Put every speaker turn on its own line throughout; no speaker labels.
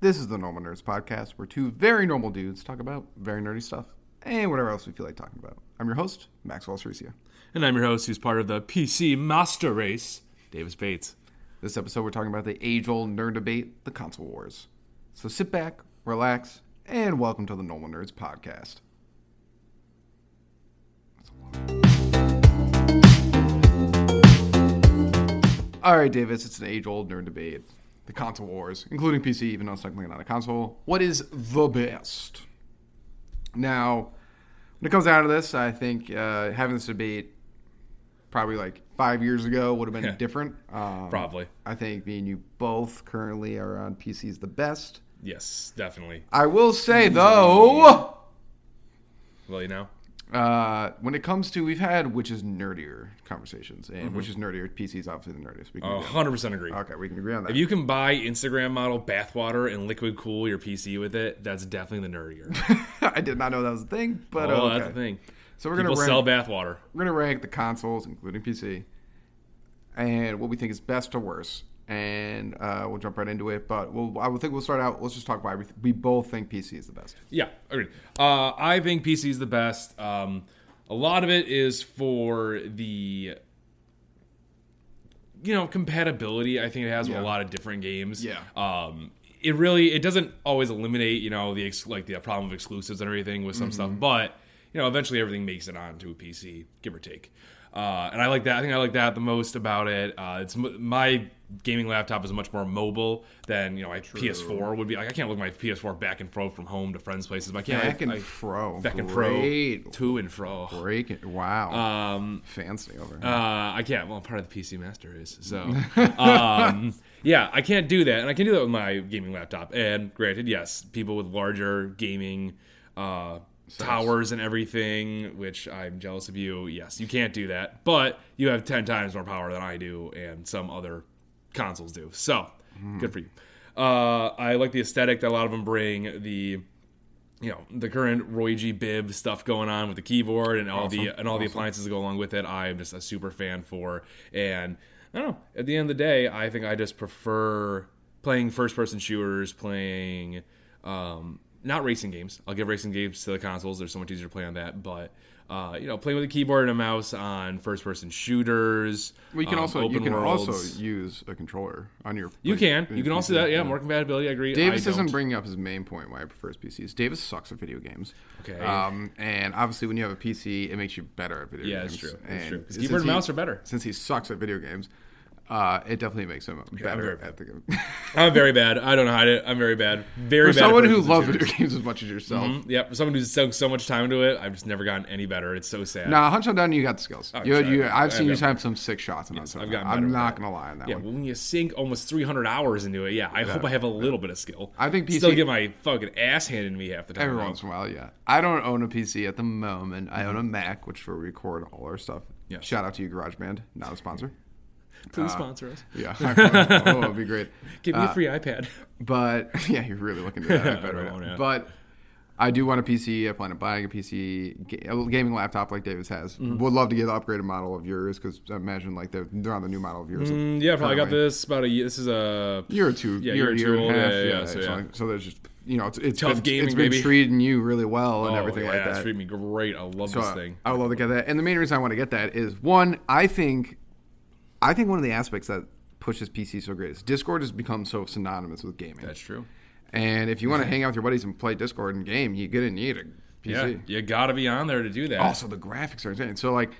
This is the Normal Nerds Podcast, where two very normal dudes talk about very nerdy stuff and whatever else we feel like talking about. I'm your host, Maxwell Ceresia.
And I'm your host, who's part of the PC Master Race, Davis Bates.
This episode, we're talking about the age old nerd debate, the console wars. So sit back, relax, and welcome to the Normal Nerds Podcast. All right, Davis, it's an age old nerd debate. The console wars, including PC, even though it's technically not a console. What is the best? Now, when it comes down to this, I think uh, having this debate probably like five years ago would have been
Yeah.
different. Um,
Probably.
I think me and you both currently are on PCs the best.
Yes, definitely.
I will say, though.
Well, you know.
Uh, when it comes to we've had which is nerdier conversations and which is nerdier PC is obviously the nerdiest. We can
Mm-hmm. Oh,
agree on
100% agree.
that. okay, we can agree on that.
If you can buy Instagram model bathwater and liquid cool your PC with it, that's definitely the nerdier.
I did not know that was a thing, but
oh,
okay.
that's the thing.
So we're gonna
People
rank,
sell bathwater.
we're gonna rank the consoles, including PC, and what we think is best to worst, and uh, we'll jump right into it. But we'll, I would think we'll start out. Let's just talk why we, th- we both think PC is the best.
Yeah, agreed. Uh, I think PC is the best. Um, a lot of it is for the you know compatibility. I think it has with
Yeah.
a lot of different games.
Yeah.
Um, it really it doesn't always eliminate you know the ex- like the problem of exclusives and everything with some
Mm-hmm.
stuff, but you know eventually everything makes it onto a PC, give or take. Uh, and I like that. I think I like that the most about it. Uh, it's m- my gaming laptop is much more mobile than you know my PS4 would be. Like I can't look my PS4 back and forth from home to friends' places. But I can't.
Back and
I,
fro,
back and fro,
great,
to and fro.
break it. Wow,
Um,
fancy over.
uh, I can't. Well, I'm part of the PC Master is so. Um, yeah, I can't do that, and I can do that with my gaming laptop. And granted, yes, people with larger gaming uh, towers and everything, which I'm jealous of you. Yes, you can't do that, but you have ten times more power than I do, and some other consoles do. So good for you. Uh, I like the aesthetic that a lot of them bring. The you know the current Roy G. Biv stuff going on with the keyboard and all the and all the appliances that go along with it. I'm just a super fan for, and I don't know. At the end of the day, I think I just prefer playing first-person shooters, playing um, not racing games. I'll give racing games to the consoles. They're so much easier to play on that, but. Uh, you know, playing with a keyboard and a mouse on first-person shooters.
Well, you can
um,
also you
open
can
worlds.
also use a controller on your.
You can.
your
You can also do
PC.
that. Yeah, more compatibility. I agree.
Davis
I
isn't
don't.
bringing up his main point why he prefers PCs. Davis sucks at video games.
Okay.
Um, and obviously, when you have a PC, it makes you better at video
Yeah,
games.
that's true. That's
And
true. 'Cause
since
Keyboard and
he-
mouse are better.
Since he sucks at video games, uh, it definitely makes him better at the game.
I'm very bad. I don't hide it. I'm very bad. Very
For
bad. at
someone who
first-person
loves
shooters.
video games as much as yourself,
Mm, Yep, for someone who's sunk so much time into it, I've just never gotten any better. It's so sad.
now hunch on down, you got the skills. you,
Oh, sorry.
you, I've
I
seen you
know.
have some sick shots. And
I've gotten better
I'm
with
not
that.
gonna lie on that
yeah,
one.
when you sink almost 300 hours into it, yeah, I hope I have a little bit of skill.
I think PC
still get my fucking ass handed to me half the time.
Every
though.
once in a while, yeah. I don't own a PC at the moment. I
Mm-hmm.
own a Mac, which we record all our stuff.
Yes.
Shout out to you, GarageBand. Not a sponsor. uh,
Please sponsor us.
Yeah. oh, it'd be great.
Give
uh,
me a free iPad.
But yeah, you're really looking to that.
I
better
won't, yeah.
But I do want a PC. I plan on buying a PC, ga- a gaming laptop like Davis has.
Mm-hmm.
Would love to get an upgraded model of yours because I imagine like they're, they're on the new model of yours.
Mm, yeah, probably got
currently.
this about a year. This is a
year or two, year,
Yeah, year or
year
two
and a
old,
half.
yeah, yeah,
yeah,
so
so,
yeah.
so there's just you know it's, it's
Tough
been,
gaming,
it's been
baby.
treating you really well and
oh,
everything
yeah,
like
It's
that.
treating me great. I love
So uh,
this
I-
thing.
I would love to get that. And the main reason I want to get that is one, I think, I think one of the aspects that pushes PC so great is Discord has become so synonymous with gaming.
That's true.
and if you want to hang out with your buddies and play Discord and game, you gonna need a
Yeah,
PC.
you got to be on there to do that.
Also, the graphics are insane. So like,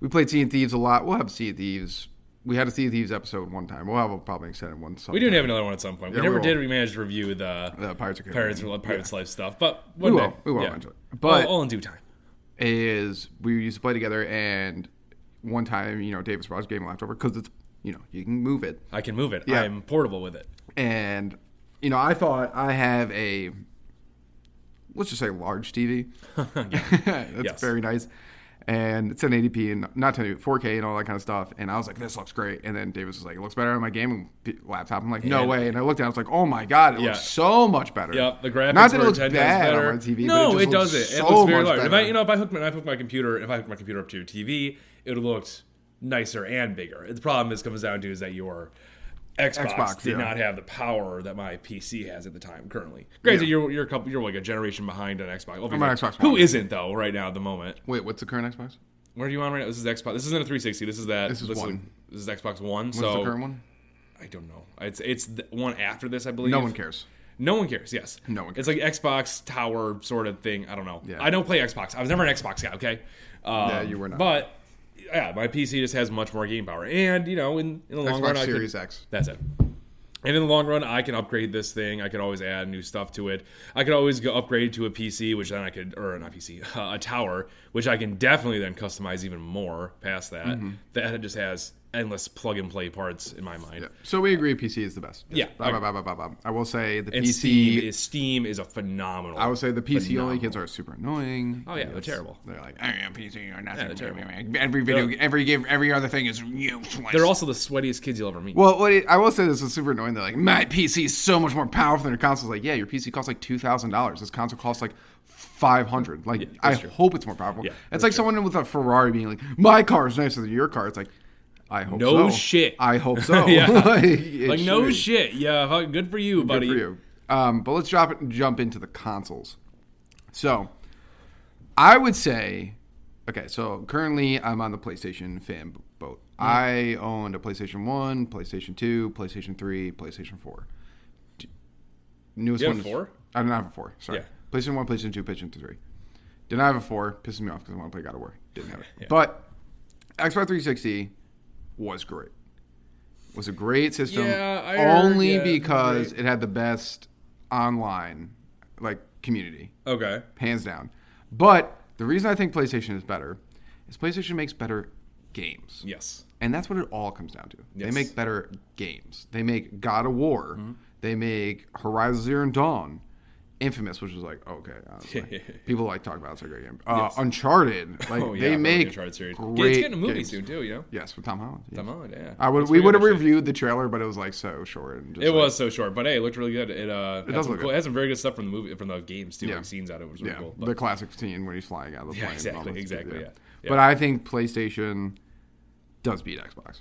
we played Sea of Thieves a lot. We'll have Sea of Thieves. We had a Sea of Thieves episode one time. We'll have a probably extended one.
we do have another one at some point.
Yeah,
we
we
never
will.
did. We managed to review the
The Pirates of the
Pirates
Caribbean.
Pirates Life stuff, but one
We
day.
will. We will
Yeah.
eventually.
All-
But
all in due time.
is we used to play together, and one time, you know, Davis brought his game laptop because it's you know you can move it.
I can move it.
Yeah.
I'm portable with it.
and you know i thought i have a let's just say large tv that's
Yes.
very nice and it's 1080p and not 1080p 4k and all that kind of stuff and i was like this looks great and then davis was like it looks better on my gaming p- laptop i'm like no
And-
way and i looked down i was like oh my god it
Yeah.
looks so much better
Yep, the graphics
not that
were
it looks
10 times
bad
better.
on my tv
no,
but it, just looks so
doesn't. it looks very
much
large. If
better.
I, you know, if I hooked my, if I hooked my computer, if I hooked my computer up to your TV, it would have looked nicer and bigger. The problem is comes down to is that your Xbox,
Xbox,
did
yeah.
not have the power that my PC has at the time currently. Granted,
Yeah.
you're you're a couple, you're like a generation behind on Xbox. Well,
on Xbox
Who
One.
isn't though right now at the moment?
Wait, what's the current Xbox?
Where are you on right now? This is Xbox. This isn't a 360. This is that.
This is one.
this is Xbox One.
What's
so
the current one?
I don't know. It's it's the one after this, I believe.
No one cares.
No one cares. Yes.
No one
It's like Xbox Tower sort of thing. I don't know.
Yeah.
I don't play Xbox. I was never an Xbox guy. Okay. Um,
Yeah, you were not.
But yeah, my PC just has much more game power, and you know, in, in the long run,
Xbox
I could,
Series X.
that's it. And in the long run, I can upgrade this thing. I could always add new stuff to it. I could always go upgrade to a PC, which then I could, or not PC, a tower, which I can definitely then customize even more past that.
Mm-hmm.
That just has endless plug and play parts in my mind.
So we agree, PC is the best. Yes.
Yeah,
Bah, bah,
I-
bah, bah, bah, bah. I will say the
And
PC.
Steam is Steam is a phenomenal.
I would say the PC only
phenomenal-
E kids are super annoying.
Oh yeah, they're terrible.
They're like, I am PC or E, nothing.
they're terrible.
every video,
They're-
every game, every other thing is useless.
They're also the sweatiest kids you'll ever meet.
Well, what it, I will say this is super annoying. They're like, my PC is so much more powerful than your console. It's like, yeah, your PC costs like two thousand dollars. This console costs like five hundred. Like, I
that's true.
hope it's more powerful.
Yeah,
it's
that's
like someone with a Ferrari being like, my car is nicer than your car. It's like, I hope so.
No shit.
I hope so.
Yeah.
like, it
like no
should.
shit. Yeah, fuck, good for you,
Good
buddy.
for you. Um, but let's drop it and jump into the consoles. So, I would say, okay. So currently, I'm on the PlayStation fan boat.
Mm-hmm.
I owned a PlayStation One, PlayStation Two, PlayStation Three, PlayStation Four. D- Newest
You have
one
a four?
Is, I don't have a four. Sorry,
Yeah.
PlayStation One, PlayStation Two, PlayStation Three. Didn't have a four. Pisses me off because I want to play God of War. Didn't have it. But Xbox 360 was great. Was a great system.
Yeah, I heard,
only
yeah, it was
because
great.
it had the best online like community,
Okay.
hands down. But the reason I think PlayStation is better is PlayStation makes better games.
Yes.
And that's what it all comes down to. They
Yes. Mm-hmm.
make better games. They make God of War. They make Horizon Zero Dawn. Infamous, which was like okay, honestly. people like talk about it, it's a great game. Uh, Uncharted, like
Oh yeah.
they
I'm
make
gonna try it serious.
great
Yeah, it's getting a movie
games.
soon too. You know.
Yes, with Tom Holland. yes.
Come on, yeah.
I would.
It's
We
pretty
would have
interesting.
reviewed the trailer, but it was like so short. And just
It
like-
was so short, but hey, it looked really good. It uh, it,
does
some
look
cool,
good.
it has some very good stuff from the movie, from the games too,
Yeah.
like scenes out of it was really
Yeah,
cool. But
the classic scene when he's flying out of the plane. and all
exactly,
that stuff,
exactly, yeah. Yeah.
But I think PlayStation does beat Xbox.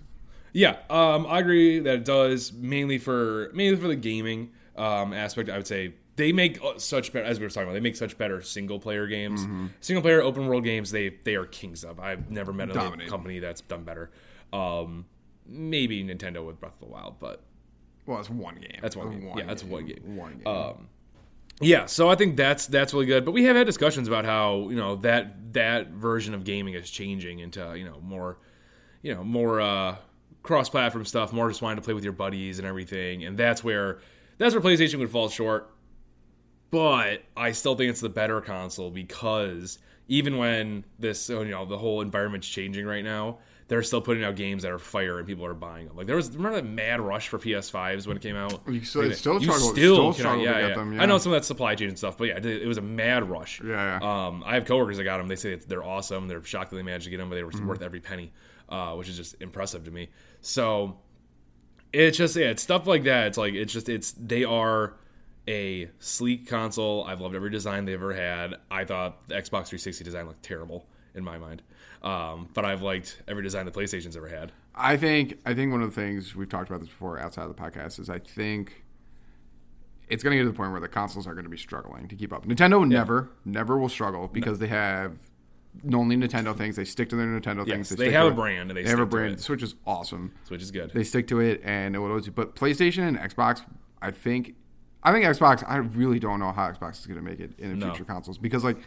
yeah, um, I agree that it does mainly for mainly for the gaming um, aspect. I would say they make uh, such better as we were talking about. They make such better single player games, single player open world games. They they are kings of. I've never met another
Dominate.
company that's done better. Um, maybe Nintendo with Breath of the Wild, but
Well, it's one game.
That's one game. Yeah, that's one game. Uh,
One game.
Yeah, so I think that's that's really good. But we have had discussions about how you know that that version of gaming is changing into you know more, you know more uh, cross-platform stuff, more just wanting to play with your buddies and everything. And that's where that's where PlayStation would fall short. But I still think it's the better console because even when this you know the whole environment's changing right now, they're still putting out games that are fire and people are buying them. Like there was remember that mad rush for PS5s when it came out.
You still-
Wait a
it's still
minute.
struggle- still
cannot-
struggle to get
yeah.
them,
I
yeah.
know some of that supply chain and stuff, but yeah, it it was a mad rush.
Yeah,
Um, I have coworkers that got them. They say that they're awesome. They're shocked that they managed to get them, but they were
Mm-hmm.
worth every penny, uh, which is just impressive to me. So it's just yeah, it's stuff like that. It's like it's just it's they are a sleek console. I've loved every design they've ever had. I thought the Xbox 360 design looked terrible in my mind, um, but I've liked every design the PlayStation's ever had.
I think. I think one of the things we've talked about this before outside of the podcast is I think it's going to get to the point where the consoles are going to be struggling to keep up. Nintendo never, never will struggle because they have only Nintendo things. They stick to their Nintendo things.
they
stick to
have a
it.
brand and they
They have a
stick to
brand.
it.
Switch is awesome.
Which is good.
they stick to it and it will always but PlayStation and Xbox I think I think Xbox I really don't know how Xbox is going to make it in the
No.
future consoles because like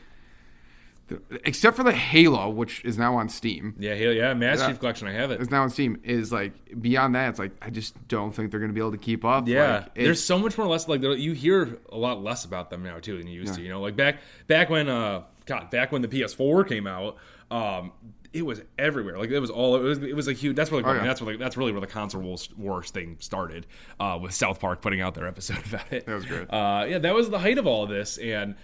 the, except for the Halo which is now on Steam
yeah, Halo- yeah, Master Chief Collection. I have it.
is now on Steam is like beyond that it's like I just don't think they're going to be able to keep up
Yeah,
like, it's-
there's so much more less like there- you hear a lot less about them now too than you used to. You know, like back back when uh God, back when the PS4 came out, um, it was everywhere. Like it was all it was it was a huge. That's where like,
Oh, yeah.
that's where like, that's really where the console wars, wars thing started uh, with South Park putting out their episode about it. That
was great.
Uh, yeah, that was the height of all of this and.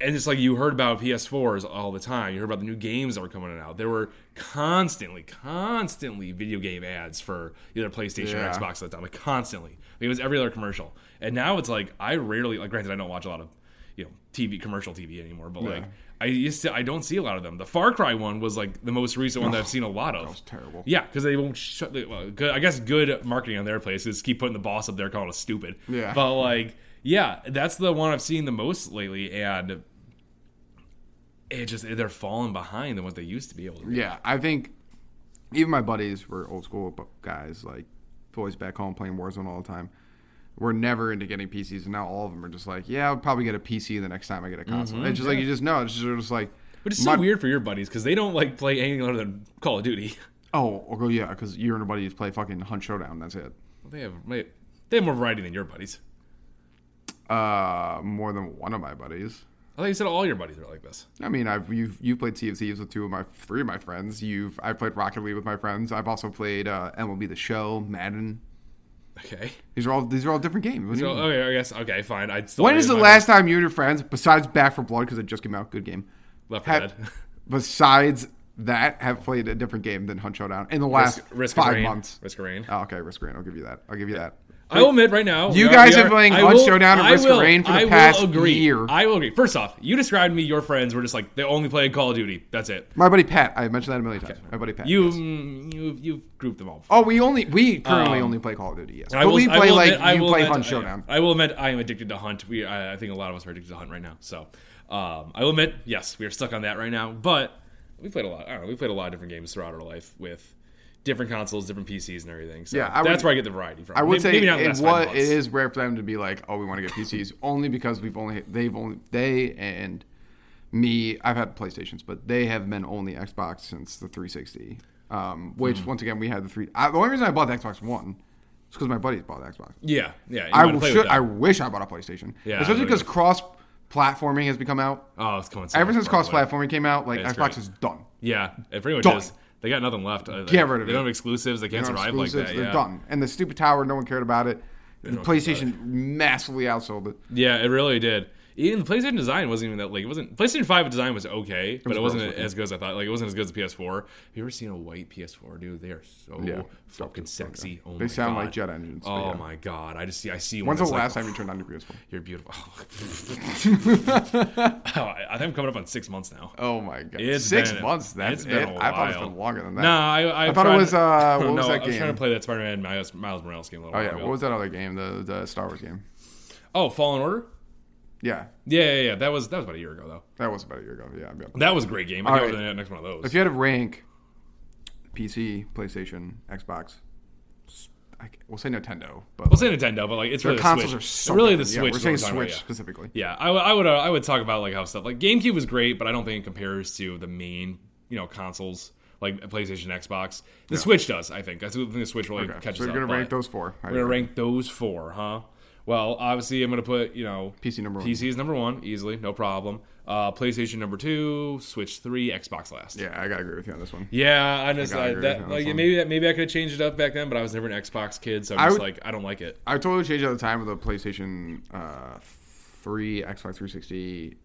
And it's like you heard about PS4s all the time. You heard about the new games that were coming out. There were constantly, constantly video game ads for either PlayStation
Yeah.
or Xbox at the time, like constantly. Like, it was every other commercial. And now it's like I rarely, like, granted, I don't watch a lot of you know TV commercial TV anymore. But like I used to, I don't see a lot of them. The Far Cry one was like the most recent one that I've seen a lot of.
That was terrible.
Yeah, because they won't shut. The, well, good, I guess good marketing on their place is keep putting the boss up there calling us stupid.
Yeah.
But like, yeah, that's the one I've seen the most lately, and it just they're falling behind than what they used to be able to. do.
Yeah, I think even my buddies were old school bu- guys, like boys back home playing Warzone all the time. We're never into getting PCs, and now all of them are just like, "Yeah, I'll probably get a PC the next time I get a console." it's just like you just know, it's just, they're just like,
But it's so weird for your buddies because they don't like play anything other than Call of Duty.
"Oh, okay, yeah," because you and your buddies play fucking Hunt Showdown. That's it.
They have they have more variety than your buddies.
Uh, more than one of my buddies.
I thought you said all your buddies are like this.
I mean, I've you've you've played Sea of Thieves with two of my three of my friends. You've I've played Rocket League with my friends. I've also played uh, MLB The Show, Madden.
Okay.
These are all these are all different games. What do you
So,
mean?
okay, I guess okay, fine. I still
Hmm. When is
my
the last time you and your friends, besides Back for Blood, because it just came out, good game,
left for
have-
dead?
besides that, have played a different game than Hunt Showdown in the last
Risk, risk of
five
rain.
months?
Risk of rain.
Oh, okay, Risk of Rain. I'll give you that. I'll give you that.
I will admit right now,
You
we
guys
we
have been playing
I
Hunt
will-
Showdown and
I
Risk of
will-
Rain for the
I will
past
agree.
year.
I will agree. First off, you described me. Your friends were just like they only played Call of Duty. That's it.
My buddy Pat. I mentioned that a million times. My buddy Pat.
You
yes.
mm, you you've grouped them all.
Oh, we only we currently only play Call of Duty. Yes, but we play like
admit- Um, I
you
will
play
admit-
Hunt Showdown.
I, I will admit I am addicted to Hunt. We, I, I think a lot of us are addicted to Hunt right now. So, um, I will admit, yes, we are stuck on that right now. But we played a lot. I don't know. We played a lot of different games throughout our life with different consoles, different PCs, and everything. So
Yeah, I would-
that's where I get the variety from.
I would
maybe,
say
maybe not
it,
in the last five
wa- it
months.
is rare for them to be like, oh, we want to get PCs only because we've only they've only they and me. I've had PlayStations, but they have been only Xbox since the 360. Um, which
Hmm.
once again we had the three. I, the only reason I bought the Xbox One is because my buddies bought the Xbox.
Yeah, yeah. you
I
wanna
will
play with
should,
that.
I wish I bought a PlayStation,
Yeah,
especially
there
because
you
cross platforming has become out.
oh, it's going. So
Ever
much
since
far
cross
away.
platforming came out, like
it's
Xbox
great.
is done.
Yeah, it pretty much
Done.
is. They got nothing left. Uh,
Get rid of
they
it.
don't have exclusives. They can't
They're
survive
exclusives,
like that.
They're
yeah.
done. And the stupid tower, no one cared about it. The
don't care about
PlayStation massively outsold it.
Yeah, it really did. Even the PlayStation design wasn't even that like it wasn't PlayStation Five design was okay, but it
gross
wasn't
looking.
as good as I thought. Like it wasn't as good as the PS4. Have you ever seen a white PS4, dude? They are so
Yeah.
fucking sexy. Oh
They
my
sound
God.
like jet engines. but
Oh
yeah.
my god! I just see I see one.
When's the
that's like,
last time you turned on your PS4?
You're beautiful. oh, I, I think I'm coming up on six months now.
Oh my god,
It's
six
been-
months. That's
it's been
it.
a
I thought it's
while.
been longer than that.
No, I I,
I thought it
tried-
was, uh, what
no,
was that
I was trying
game?
to play that Spider-Man Miles, Miles Morales game a little
Oh
while
yeah,
ago.
what was that other game? The the Star Wars game.
oh, Fallen Order.
Yeah,
Yeah, yeah, yeah. That was that was about a year ago though.
that was about a year ago. Yeah, yeah.
That was a great game. I
All
can't
right.
wait for the next one of those.
if you had to rank PC, PlayStation, Xbox, s- I, c- we'll say Nintendo, but
We'll say Nintendo, but like it's really
the
the
consoles
Switch.
are so
really the
different.
Switch.
Yeah, we're
is
saying
what we're
Switch
talking about,
specifically.
yeah, yeah I, w- I would uh, I would talk about like how stuff like GameCube was great, but I don't think it compares to the main you know consoles like PlayStation, Xbox. The Switch does, I think. I think the Switch really
Okay,
catches
so you're
up.
gonna
but
rank those four.
We're gonna rank those four, huh? Well, obviously I'm gonna put you know
PC number one.
PC is number one easily, no problem. Uh, PlayStation number two, Switch three, Xbox last.
Yeah, I gotta agree with you on this one.
Yeah, I just
gotta
I
agree with you
that,
on
like,
this one.
maybe that maybe I could have changed it up back then, but I was never an Xbox kid, so I'm
I
just
would-
like I don't like it.
I totally changed at the time with the PlayStation uh, 3, Xbox 360.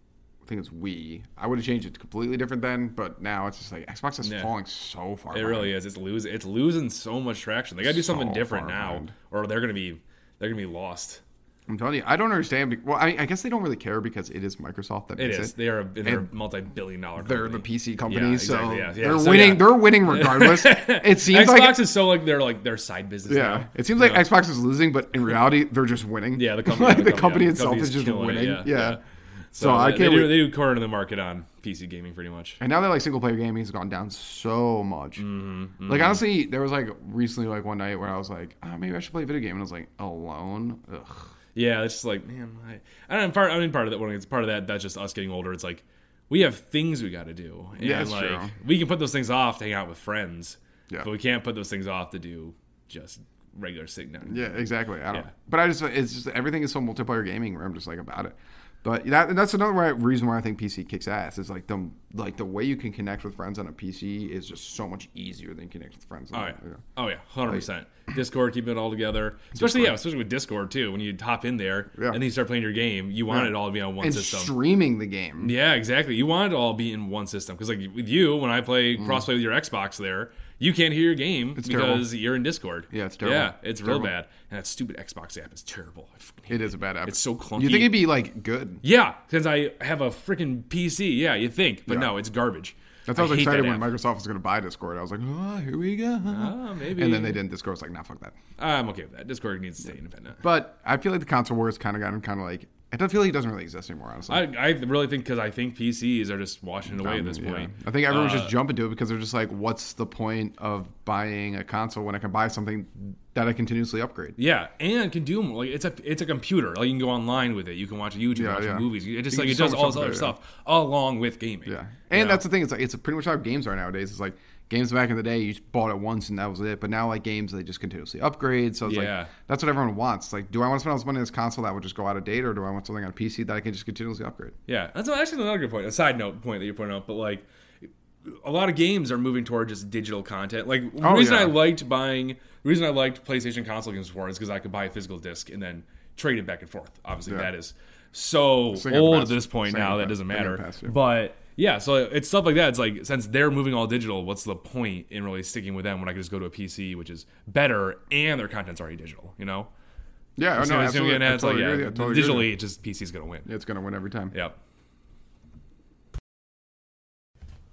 I think it's Wii. I would have changed it completely different then, but now it's just like Xbox is falling so far.
It really is. It's losing. It's losing so much traction. They got to do something
So
different
far
now,
behind.
or they're gonna be they're gonna be lost.
I'm telling you, I don't understand. be- Well, I, I guess they don't really care because it is Microsoft that
It
makes
is.
it.
They are a, they're a multi-billion dollar.
They're the
company.
PC company,
Yeah,
so
exactly, yeah, yeah.
they're
So,
winning.
yeah.
They're winning regardless. it seems
Xbox
like
is so like they're like their side business.
yeah,
now.
it seems like Xbox is losing, but in reality, they're just winning.
Yeah, the company.
Like,
the,
the company
company, yeah, the
itself
company
is just
killing it,
winning.
yeah,
yeah.
yeah. uh,
So, I
they-
can't.
They
wait.
do, they do corner the market on PC gaming pretty much.
And now that like single player gaming has gone down so much.
Mm-hmm,
Like honestly, there was like recently like one night where I was like, oh, maybe I should play a video game, and I was like, alone. Ugh.
Yeah, it's just like man, I, I don't know, part. I mean, part of that. When it's part of that, that's just us getting older. It's like we have things we got to do, and
Yeah, that's
like
true.
we can put those things off to hang out with friends,
Yeah.
but we can't put those things off to do just regular sitting down.
Yeah, exactly. I don't.
Yeah.
But I just it's just everything is so multiplayer gaming where I'm just like about it. But that that's another why- reason why I think PC kicks ass is like the like the way you can connect with friends on a PC is just so much easier than connect with friends. On,
Oh yeah,
you know.
oh yeah, hundred percent. Discord keeping it all together, especially yeah, especially with Discord too. When you hop in there
Yeah.
and then you start playing your game, you want it all to be on one
And
system.
streaming the game.
yeah, exactly. You want it to all be in one system because like with you, when I play
Mm.
crossplay with your Xbox, there you can't hear your game
terrible.
because you're in Discord.
Yeah, it's terrible.
Yeah, it's real
Terrible.
bad. And that stupid Xbox app is terrible. I fucking
It
hate
is a bad app.
It's so clunky.
You think it'd be like good? good.
Yeah, since I have a freaking PC. Yeah, you think, but no, it's garbage.
That's why I was
hate
excited
that
when
app.
Microsoft was going to buy Discord. I was like, oh, here we go.
Ah, maybe.
And then they didn't. Discord was like, nah, fuck that.
I'm okay with that. Discord needs to stay independent.
But I feel like the console wars kind of gotten kind of like. I don't feel like it doesn't really exist anymore, honestly.
I, I really think because I think PCs are just washing it away at this
Um, Yeah.
point. Uh,
I think everyone's just jumping to it because they're just like, what's the point of buying a console when I can buy something that I continuously upgrade?
Yeah, and can do more. like it's a it's a computer. Like you can go online with it. You can watch YouTube, watch
yeah.
movies. It just
You can
like it
do so
does
much stuff
all this other
with it, yeah.
stuff along with gaming.
Yeah. And that's the thing. It's like, it's pretty much how games are nowadays. It's like games back in the day, you just bought it once and that was it. But now, like games, they just continuously upgrade. So it's
Yeah.
like, that's what everyone wants. Like, do I want to spend all this money on this console that would just go out of date or do I want something on PC that I can just continuously upgrade?
Yeah, that's actually another good point. A side note point that you're pointing out, but like a lot of games are moving toward just digital content. Like the
Oh,
reason
yeah.
I liked buying, the reason I liked PlayStation console games before is because I could buy a physical disc and then trade it back and forth. Obviously, that is so
Same
old
Pass.
at this point
Same
now.
Pass.
That doesn't
Same
matter.
Pass, yeah.
But yeah, so it's stuff like that. It's like since they're moving all digital, what's the point in really sticking with them when I could just go to a PC, which is better, and their content's already digital. You know,
Yeah.
So
Oh, no,
it's
absolutely.
gonna get-
I
it's like,
totally
yeah,
agree with you. I totally agree with you.
digitally, it just PC's gonna win.
It's going to win every time.
Yep.